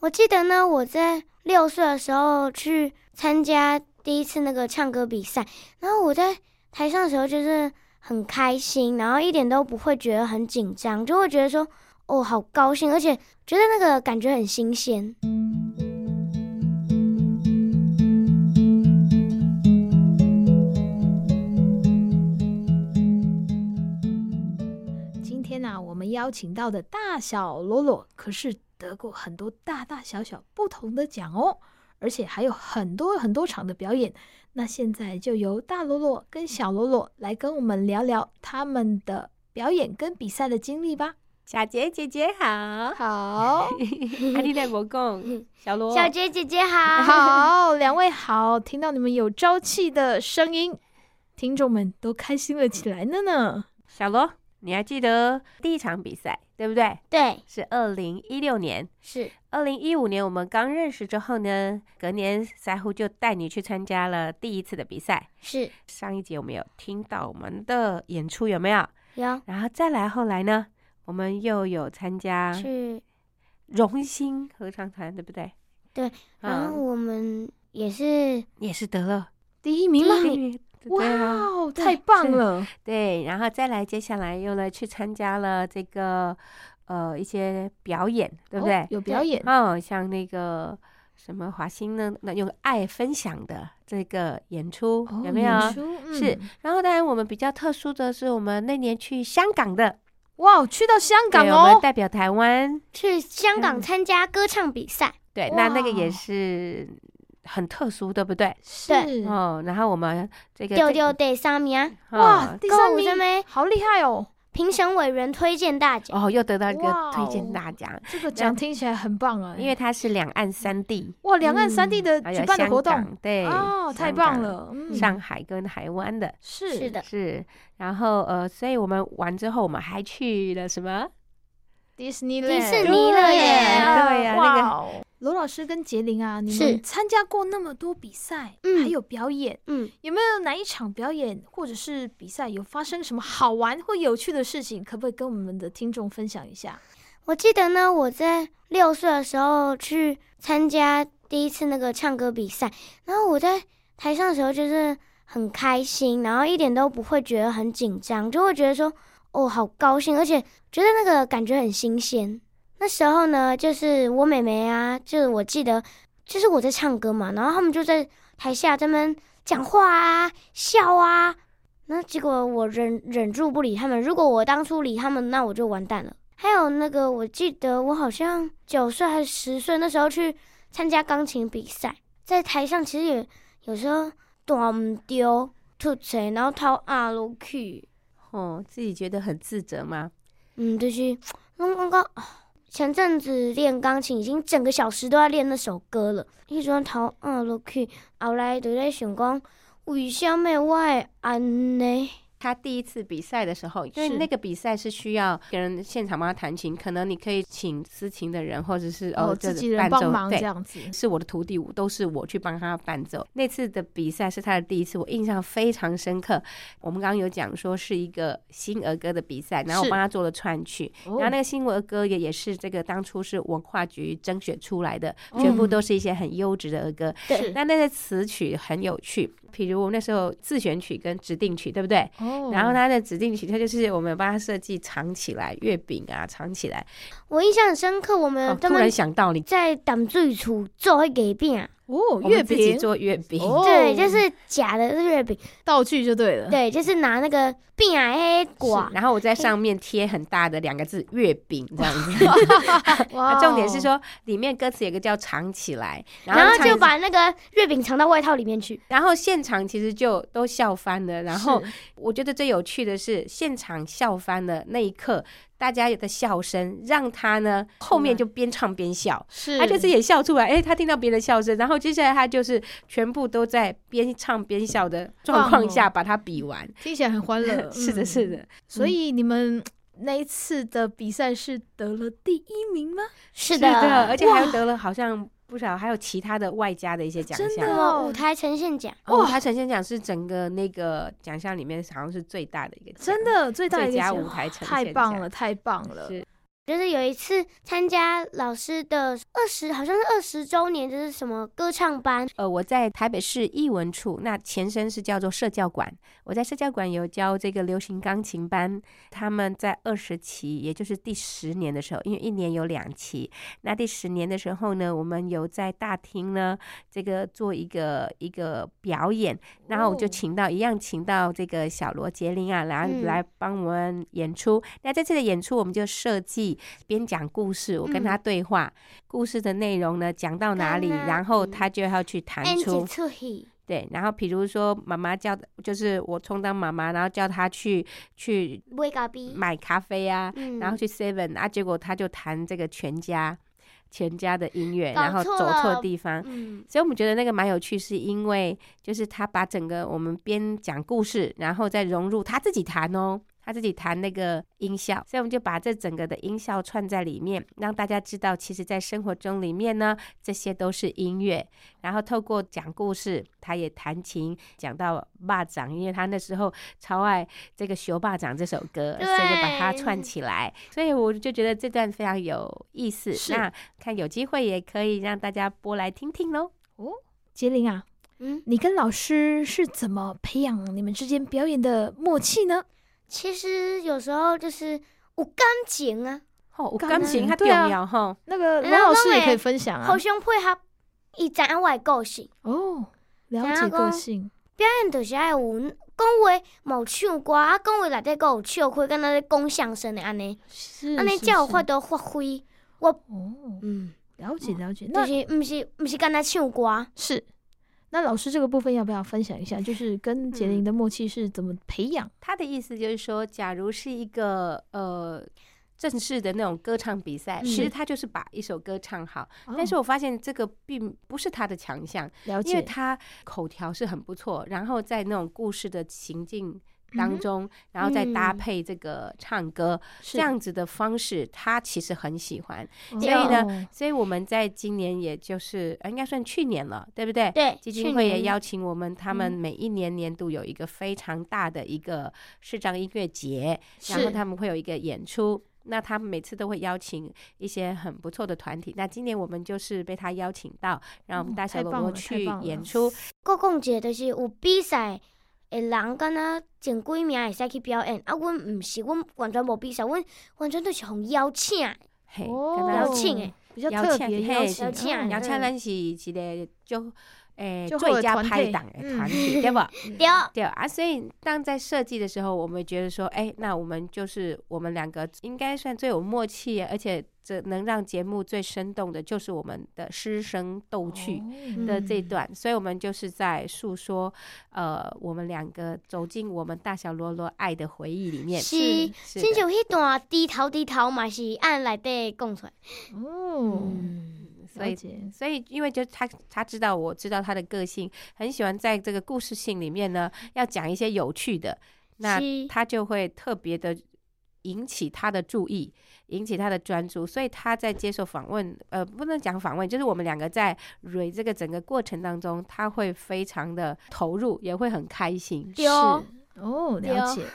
我记得呢，我在六岁的时候去参加第一次那个唱歌比赛，然后我在台上的时候就是很开心，然后一点都不会觉得很紧张，就会觉得说哦好高兴，而且觉得那个感觉很新鲜。今天呢、我们邀请到的大小罗罗可是得过很多大大小小不同的奖哦，而且还有很多很多场的表演。那现在就由大罗罗跟小罗罗来跟我们聊聊他们的表演跟比赛的经历吧。小杰姐姐 好，啊，好，你来无 讲，小罗，小杰姐姐好， 好，两位好，听到你们有朝气的声音，听众们都开心了起来了呢。小罗，你还记得第一场比赛对不对？对，是二零一六年，是二零一五年我们刚认识之后呢，隔年腮胡就带你去参加了第一次的比赛。是上一节我们有听到我们的演出有没有？有然后再来后来呢，我们又有参加去，荣兴合唱团，对不对？对，然后嗯，我们也是也是得了第一名吗？第一名哇对啊，哦，对太棒了！对，然后再来，接下来又来去参加了这个呃一些表演，对不对哦？有表演，嗯、像那个什么华兴呢，那用爱分享的这个演出、哦有没有？演出嗯是然后当然我们比较特殊的是，我们那年去香港的，哇，去到香港对，我们哦，代表台湾，去香港嗯参加歌唱比赛，对，那那个也哇是很特殊，对不对？是哦，然后我们这个丢这丢第三名，哦哇，第三啊歌舞名这边好厉害哦！评审委员推荐大奖，哦，又得到一个推哇荐哦大奖，这 个奖听起来很棒啊，因为它是两岸三地。哇，两岸三地的还举有办的香活动港，对，哦，太香棒港，了，嗯，上海跟台湾的是是的是，然后呃，所以我们完之后，我们还去了什么？迪士尼迪士对尼了耶对呀那个哇哦罗老师跟杰林啊，你是们参加过那么多比赛，嗯还有表演，嗯，有没有哪一场表演或者是比赛有发生什么好玩或有趣的事情？可不可以跟我们的听众分享一下？我记得呢，我在六岁的时候去参加第一次那个唱歌比赛，然后我在台上的时候就是很开心，然后一点都不会觉得很紧张，就会觉得说哦好高兴，而且觉得那个感觉很新鲜。那时候呢，就是我妹妹啊，就是我记得就是我在唱歌嘛，然后他们就在台下这边讲话啊、笑啊，那结果我忍忍住不理他们，如果我当初理他们，那我就完蛋了。还有那个，我记得我好像九岁还是十岁那时候去参加钢琴比赛，在台上其实也有时候短丢吐谁，然后掏阿鲁去，哦，自己觉得很自责吗？嗯，就是刚刚刚前阵子练钢琴，已经整个小时都在练那首歌了，一直掏阿鲁去，后来就在想讲，为什么我会安呢？他第一次比赛的时候，因是为那个比赛是需要别人现场帮他弹琴，可能你可以请私琴的人，或者是哦，这自个己人伴帮奏忙这对，样子，是我的徒弟，我都是我去帮他伴奏。那次的比赛是他的第一次，我印象非常深刻。我们刚刚有讲说是一个新儿歌的比赛，然后是我帮他做了串曲，然然后那个新儿歌也也是这个当初是文化局甄选出来的，全部嗯都是一些很优质的儿歌。对，那那个词曲很有趣，比如我那时候自选曲跟指定曲，对不对？哦然后他的指定曲，它就是我们帮他设计藏起来月饼啊，藏起来。我印象很深刻，我哦们，他突然们想到你，在淡水处做会给饼啊。哦我月们自己饼做月饼。哦对，就是假的月饼，道具就对了，对，就是拿那个饼啊黑哇果，，然后我在上面贴很大的两个字“月饼”这样子。哇那哦，啊重点是说，里面歌词有个叫“藏起来”，然后唱就把那个月饼藏到外套里面去。然后现场其实就都笑翻了。然后是我觉得最有趣的是，现场笑翻了那一刻，大家有的笑声让他呢后面就边唱边笑。是，他就是也笑出来，哎、他听到别人的笑声，然后接下来他就是全部都在边唱边笑的状况棒下把它比完。，听起来很欢乐 是哦的，嗯是的，所以你们那一次的比赛是得了第一名吗？是嗯是的，而的，且还有得了好像不少，还有其他的外加的一些奖真项的。什哦么舞台呈现奖，哦，他呈现奖是整个那个奖项里面好像是最大的一个奖，真的，最大的一最个佳奖舞台呈现太棒奖了，太棒了！是就是有一次参加老师的二十，好像是二十周年，就是什么歌唱班，呃，我在台北市艺文处，那前身是叫做社教馆。我在社教馆有教这个流行钢琴班，他们在二十期，也就是第十年的时候，因为一年有两期，那第十年的时候呢，我们有在大厅呢这个做一个一个表演，然后我就哦请到、一样请到这个小罗杰林啊，来、嗯来帮我们演出。那在这次的演出，我们就设计边讲故事，我嗯跟他对话，故事的内容呢讲到哪里，到哪嗯然后里他就要去弹安出吉。出戏，对，然后比如说妈妈叫，就是我充当妈妈，然后叫她去去威嘎比，买咖啡啊，嗯然后去 Seven 啊，结果她就弹这个全家全家的音乐，搞然后错走错了地方。嗯，所以我们觉得那个蛮有趣，是因为就是他把整个我们边讲故事，然后再融入他自己弹哦，他自己弹那个音效，所以我们就把这整个的音效串在里面，让大家知道，其实在生活中里面呢，这些都是音乐。然后透过讲故事，他也弹琴，讲到霸掌，因为他那时候超爱这个《学霸掌》这首歌，所对以就把它串起来。所以我就觉得这段非常有意思。是那看有机会也可以让大家播来听听喽。哦，杰林啊，嗯，你跟老师是怎么培养你们之间表演的默契呢？其实有时候就是有感情啊，吼，有感感情情较重对啊要吼。那个嗯罗老师我也也可以分享啊互。相配合，伊知影我的个性，哦，了然解后个性，但就是爱有讲话冇唱歌，啊，讲话内底个有笑开，敢若咧讲相声的安尼，是安尼是才有是法度发挥，哦，嗯，了解了解。就那是毋是毋是敢若唱歌，是，那老师这个部分要不要分享一下？就是跟嗯杰林的默契是怎么培养？他的意思就是说，假如是一个呃正式的那种歌唱比赛，嗯其实他就是把一首歌唱好。但是哦我发现这个并不是他的强项，了因为解，他口条是很不错，然后在那种故事的情境当中，然后再搭嗯配这个唱歌、是这样子的方式，他其实很喜欢。所所以哦呢，所以我们在今年，也就是呃应该算去年了，对不对？对，基去金会也年邀请我们，他们嗯每一年年度有一个非常大的一个视障音乐节，然是后他们会有一个演出。那他们每次都会邀请一些很不错的团体。那今年我们就是被他邀请到，让我们哦大小太萝棒卜了太去棒演了出。国讲者就是有比赛的人，敢若前几名会使去表演，啊，阮毋是，阮完全无比赛，阮完全都是互邀请的，嘿，哦跟邀他请诶，比较邀特请别嘿邀邀请请嗯姚灿嗯咱是一个就诶就会有最佳团拍队档的嗯团 体，对不？对，对啊，所以当在设计的时候，我们觉得说，哎，那我们就是我们两个应该算最有默契，而且这能让节目最生动的，就是我们的师生斗趣哦的这一段。所以我们就是在诉说，呃，我们两个走进我们大小罗罗爱的回忆里面。是是亲的，像迄段低头低头嘛是按内底讲出来，哦，嗯，所了以解，所以，因为就他他知道我知道他的个性，很喜欢在这个故事性里面呢，要讲一些有趣的，那是他就会特别的引起他的注意，引起他的专注。所以他在接受访问，呃，不能讲访问，就是我们两个在蕊这个整个过程当中，他会非常的投入，也会很开心。对哦，是哦，对了哦解。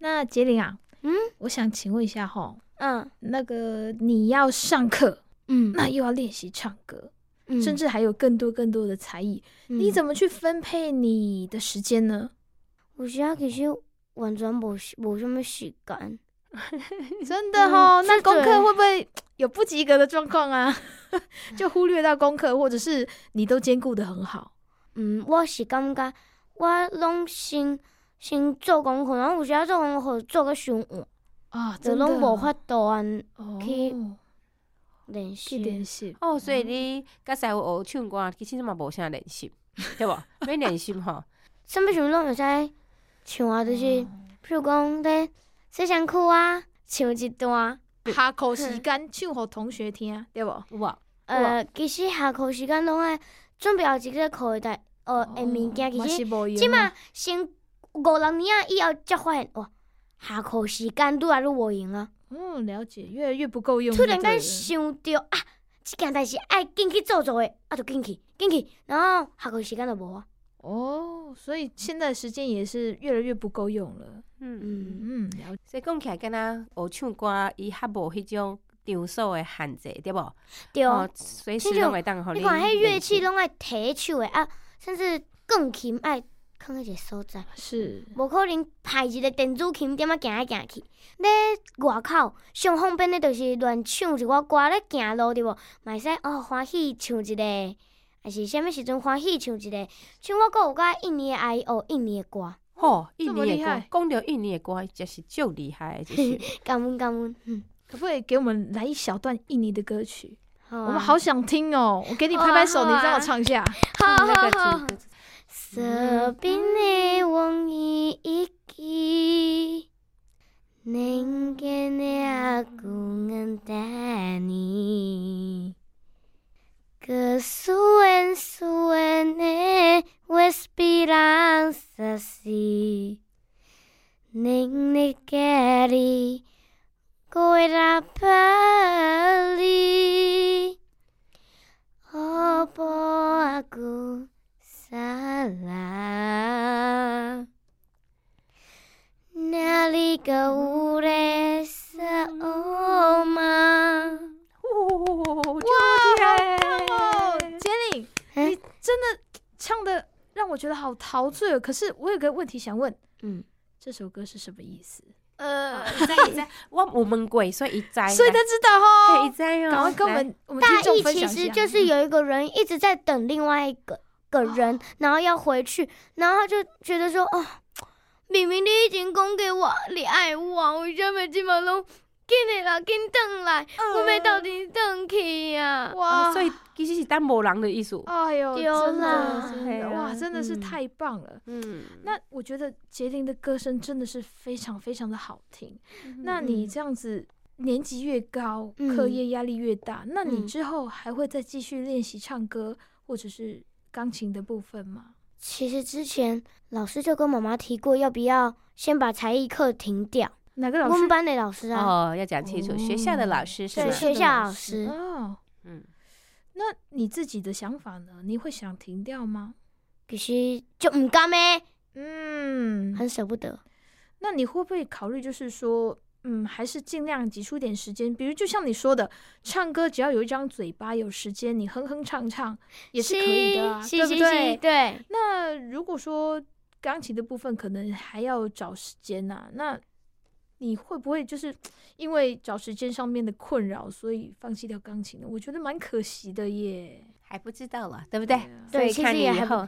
那杰林啊，嗯，我想请问一下哈，嗯那个你要上课，嗯那又要练习唱歌，嗯甚至还有更多更多的才艺，嗯你怎么去分配你的时间呢？有时啊，其实完全无时无什么时间。 真的哦，嗯那这功课个会不会有不及格的状况啊？ 就忽略到功课，或者是你都兼顾的很好，嗯，我是感觉我拢先先做功课，然后有时啊做功课做个上晚，啊，就真的拢无法度安哦去练去习。练习哦，所以你刚才我学唱歌，其实嘛无啥练习，对不？ 没练习吼。什么时阵拢会使唱啊？就是譬如讲咧洗身躯啊，唱一段。下嗯课时间唱给同学听，啊对哦不？有无？呃，其实下课时间拢爱准备好一个课的代，呃，的物件哦嘛其实是无用啊即马先五六年啊以后才发现哇，下课时间愈来愈无用啊。嗯，了解，越来越不够用突就对然了。间想到啊，即件代志爱紧去做做诶，啊就紧去，紧去，然后下课时间就无啊。哦，所以现在时间也是越来越不够用了。嗯，嗯，嗯，了解。所以讲起来，敢若学唱歌，伊较无迄种场所的限制，对无？对。哦，随时拢会哦当互你你。看，迄乐器，拢爱提手的啊，甚至钢琴爱放喺一个所在，是，无可能派一个电子琴点啊行来行去。咧外口上方便的，就是乱唱一寡歌咧行路对无？嘛会使哦，欢喜唱一个，还是啥物时阵欢喜唱一个？像我阁有甲印尼的阿姨学印尼的歌，吼，这印么尼厉的害歌，讲到印尼的歌，真是足厉害的，就是。感恩感恩。嗯，可不可以给我们来一小段印尼的歌曲？好我啊们好想听哦！我给你拍拍手，好啊你让我唱一下。好好那个好主。 서빈의 왕이 있기 냉겐의 아궁은 다니 그 수엔 수엔의 웨스피란사시 냉내게리 고이라 빨리 어버하고 사랑 날이 겨울에서 오마 哦，哇，好棒哦！杰里，哎你真的唱的让我觉得好陶醉哦。可是我有个问题想问，嗯，这首歌是什么意思？呃，知知，我有问过，所以一知，所以他知道可以哦。知哦。赶快跟我们我们大听众意分其享一实下就是有一个人一直在等另外一个个人，然后要回去，然后他就觉得说，哦，明明你已经讲给我你爱我，为什么这么拢紧来啦，紧等来，嗯我要到底等去啊？哦哇，所以其实是当某人的艺术。哎呦，对真的啦真嘿的啊哇，真的是嗯太棒了。嗯，那我觉得杰林的歌声真的是非常非常的好听。那你这样子年级越高，嗯课业压力越大，那你嗯之后还会再继续练习唱歌或者是钢琴的部分吗？其实之前老师就跟妈妈提过，要不要先把才艺课停掉？哪个我老师们？班的老师啊，哦，要讲清楚，学校的老师是对吗？学校老师哦。嗯，那你自己的想法呢？你会想停掉吗？必须就唔甘咩，嗯，很舍不得。那你会不会考虑，就是说，嗯，还是尽量挤出点时间？比如，就像你说的，唱歌只要有一张嘴巴，有时间，你哼哼唱唱也是可以的、啊，是对不是对是？对，那如果说钢琴的部分，可能还要找时间呐、那你会不会就是因为找时间上面的困扰，所以放弃掉钢琴呢？我觉得蛮可惜的耶。还不知道了，对不对？对所以看其实你也以还不后，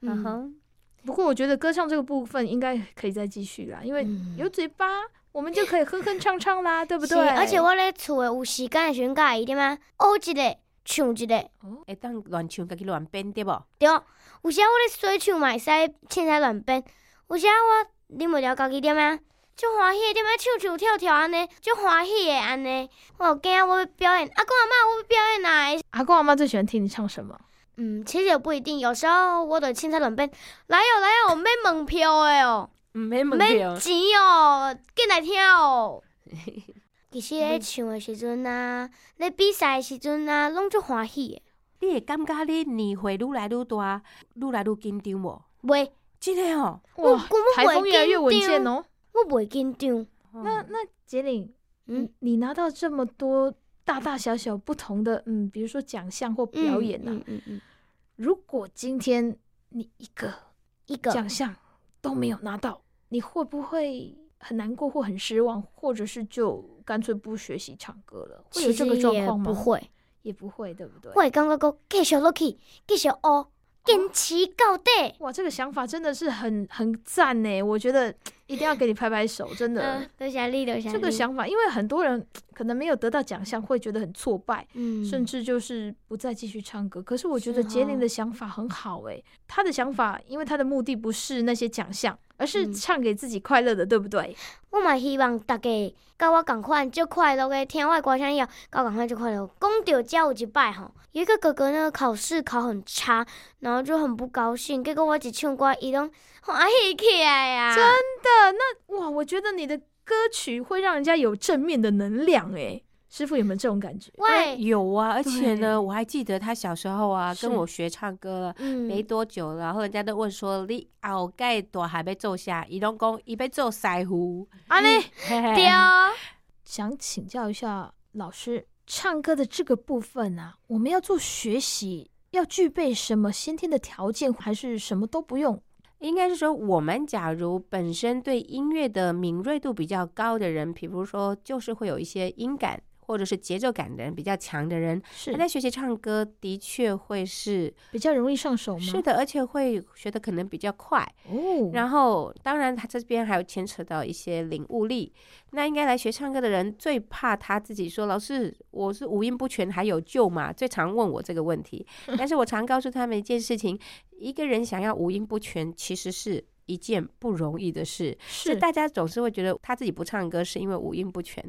嗯嗯哼，不过我觉得歌唱这个部分应该可以再继续啦，因为嗯有嘴巴，我们就可以哼哼唱唱啦，对不是对？而且我咧厝诶有时间诶时阵，甲伊点啊，学一个，唱一个，会当乱唱，家己乱编对不？对。有时啊我咧洗唱嘛会使凊彩乱编，有时啊我啉袂了家己点啊，足欢喜诶点啊，唱唱跳跳安尼，足欢喜诶安尼。我有惊我要表演，阿公阿嬷我要表演啊，阿公阿妈最喜欢听你唱什么？嗯，其实也不一定，有时候我的青菜冷边，来哦来哦，免门票的哦，唔免问题免哦。钱哦，进来听 哦。其实咧唱的时阵啊，咧比赛的时阵啊，拢足欢喜你会感觉你年岁愈来愈大，愈来愈紧张无？的。袂，真的哦。我哇根，本台风越来越不会稳紧健张哦。我袂紧张。哦那那杰玲，嗯嗯，你拿到这么多大大小小不同的，嗯，比如说奖项或嗯表演啊，嗯嗯嗯，如果今天你一个一个奖项都没有拿到，你会不会很难过或很失望，或者是就干脆不学习唱歌了？会有其这实个状也况吗？不，会，也不会，对不对？我。会感觉讲继续落去，继续学，坚持到底。哇，这个想法真的是很很赞呢！我觉得一定要给你拍拍手，真的。嗯，多谢你，多谢哦这个你，想法，因为很多人可能没有得到奖项，会觉得很挫败，嗯甚至就是不再继续唱歌。可是我觉是得杰林哦的想法很好诶、他的想法，因为他的目的不是那些奖项，而是嗯唱给自己快乐的，对不对？我嘛希望大家甲我共款，足快乐的听我的歌声以后，甲我共款足快乐。讲到遮有一摆吼，有一个哥哥呢考试考很差，然后就很不高兴，结果我一唱歌，伊拢欢喜起来呀、啊。真的，那哇，我觉得你的歌曲会让人家有正面的能量诶、师傅有没有这种感觉？哎喂，有啊，而且对呢，我还记得他小时候啊，是跟我学唱歌了。嗯没多久，然后人家都问说：“你后盖大还被做下？”伊拢讲伊被做嗯师傅，啊嘞，嘿 嘿丢，想请教一下老师，唱歌的这个部分啊，我们要做学习，要具备什么先天的条件，还是什么都不用？应该是说，我们假如本身对音乐的敏锐度比较高的人，比如说就是会有一些音感或者是节奏感的人比较强的人，是他在学习唱歌的确会是比较容易上手吗？是的，而且会学的可能比较快。哦，然后，当然他这边还有牵扯到一些领悟力。那应该来学唱歌的人最怕他自己说：“老师，我是五音不全，还有救吗？”最常问我这个问题。但是我常告诉他们一件事情：一个人想要五音不全，其实是一件不容易的事。是大家总是会觉得他自己不唱歌是因为五音不全，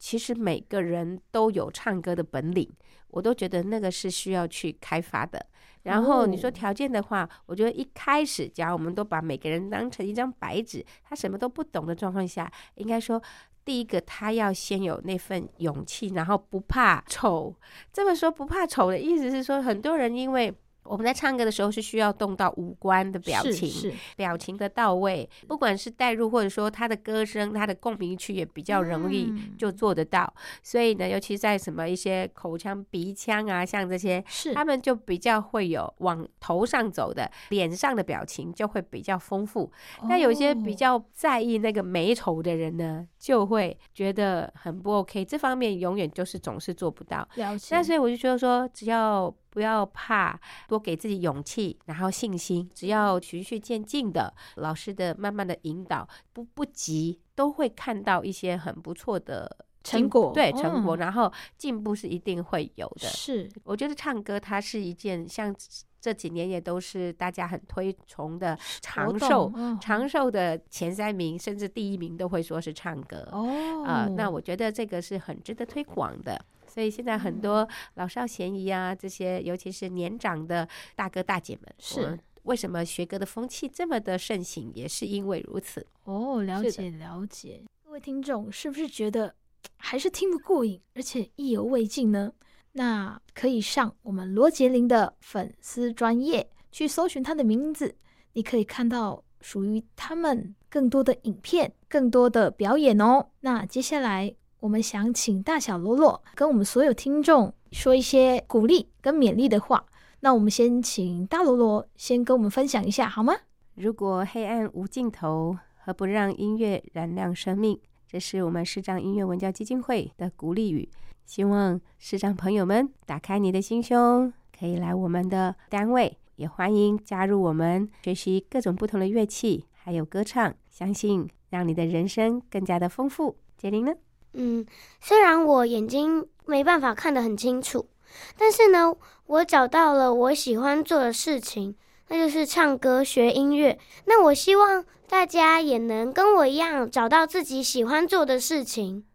其实每个人都有唱歌的本领，我都觉得那个是需要去开发的。然后你哦说条件的话，我觉得一开始，假如我们都把每个人当成一张白纸，他什么都不懂的状况下，应该说，第一个他要先有那份勇气，然后不怕丑。这么说不怕丑的意思是说，很多人因为我们在唱歌的时候是需要动到五官的表情，是是表情的到位，不管是代入或者说他的歌声、他的共鸣区也比较容易嗯就做得到。所以呢，尤其在什么一些口腔、鼻腔啊，像这些，是他们就比较会有往头上走的，脸上的表情就会比较丰富。那有些比哦较在意那个美丑的人呢，就会觉得很不 OK，这方面永远就是总是做不到。了解，那所以我就觉得说，只要不要怕，多给自己勇气，然后信心，只要循序渐进的，老师的慢慢的引导，不不急，都会看到一些很不错的成进步果对成果，嗯然后进步是一定会有的。是我觉得唱歌它是一件像这几年也都是大家很推崇的长寿，嗯长寿的前三名甚至第一名都会说是唱歌。哦啊、那我觉得这个是很值得推广的。所以现在很哦多老少咸宜啊，这些尤其是年长的大哥大姐们，是我为什么学歌的风气这么的盛行，也是因为如此。哦，了是的解了解。各位听众是不是觉得还是听不过瘾，而且意犹未尽呢？那可以上我们罗杰林的粉丝专业去搜寻他的名字，你可以看到属于他们更多的影片、更多的表演哦。那接下来我们想请大小罗罗跟我们所有听众说一些鼓励跟勉励的话。那我们先请大罗罗先跟我们分享一下好吗？如果黑暗无尽头，何不让音乐燃亮生命？这是我们视障音乐文教基金会的鼓励语。希望视障朋友们打开你的心胸，可以来我们的单位，也欢迎加入我们学习各种不同的乐器，还有歌唱。相信让你的人生更加的丰富。杰林呢？嗯，虽然我眼睛没办法看得很清楚，但是呢，我找到了我喜欢做的事情，那就是唱歌、学音乐。那我希望大家也能跟我一样，找到自己喜欢做的事情。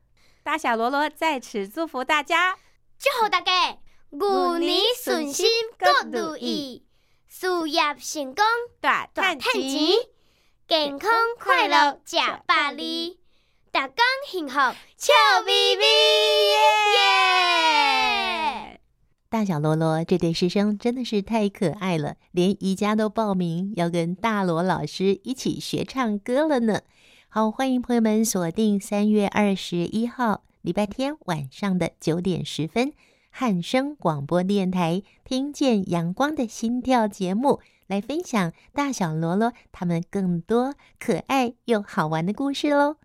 大小罗罗在此祝福大家。祝福大家牛年顺心，各如意，事业成功，大大赚钱，健康快乐，吃百里，大家幸福，笑眯眯，耶！大小罗罗这对师生真的是太可爱了，连宜家都报名要跟大罗老师一起学唱歌了呢。好，欢迎朋友们锁定三月二十一号礼拜天晚上的九点十分，汉声广播电台《听见阳光的心跳》节目，来分享大小罗罗他们更多可爱又好玩的故事喽。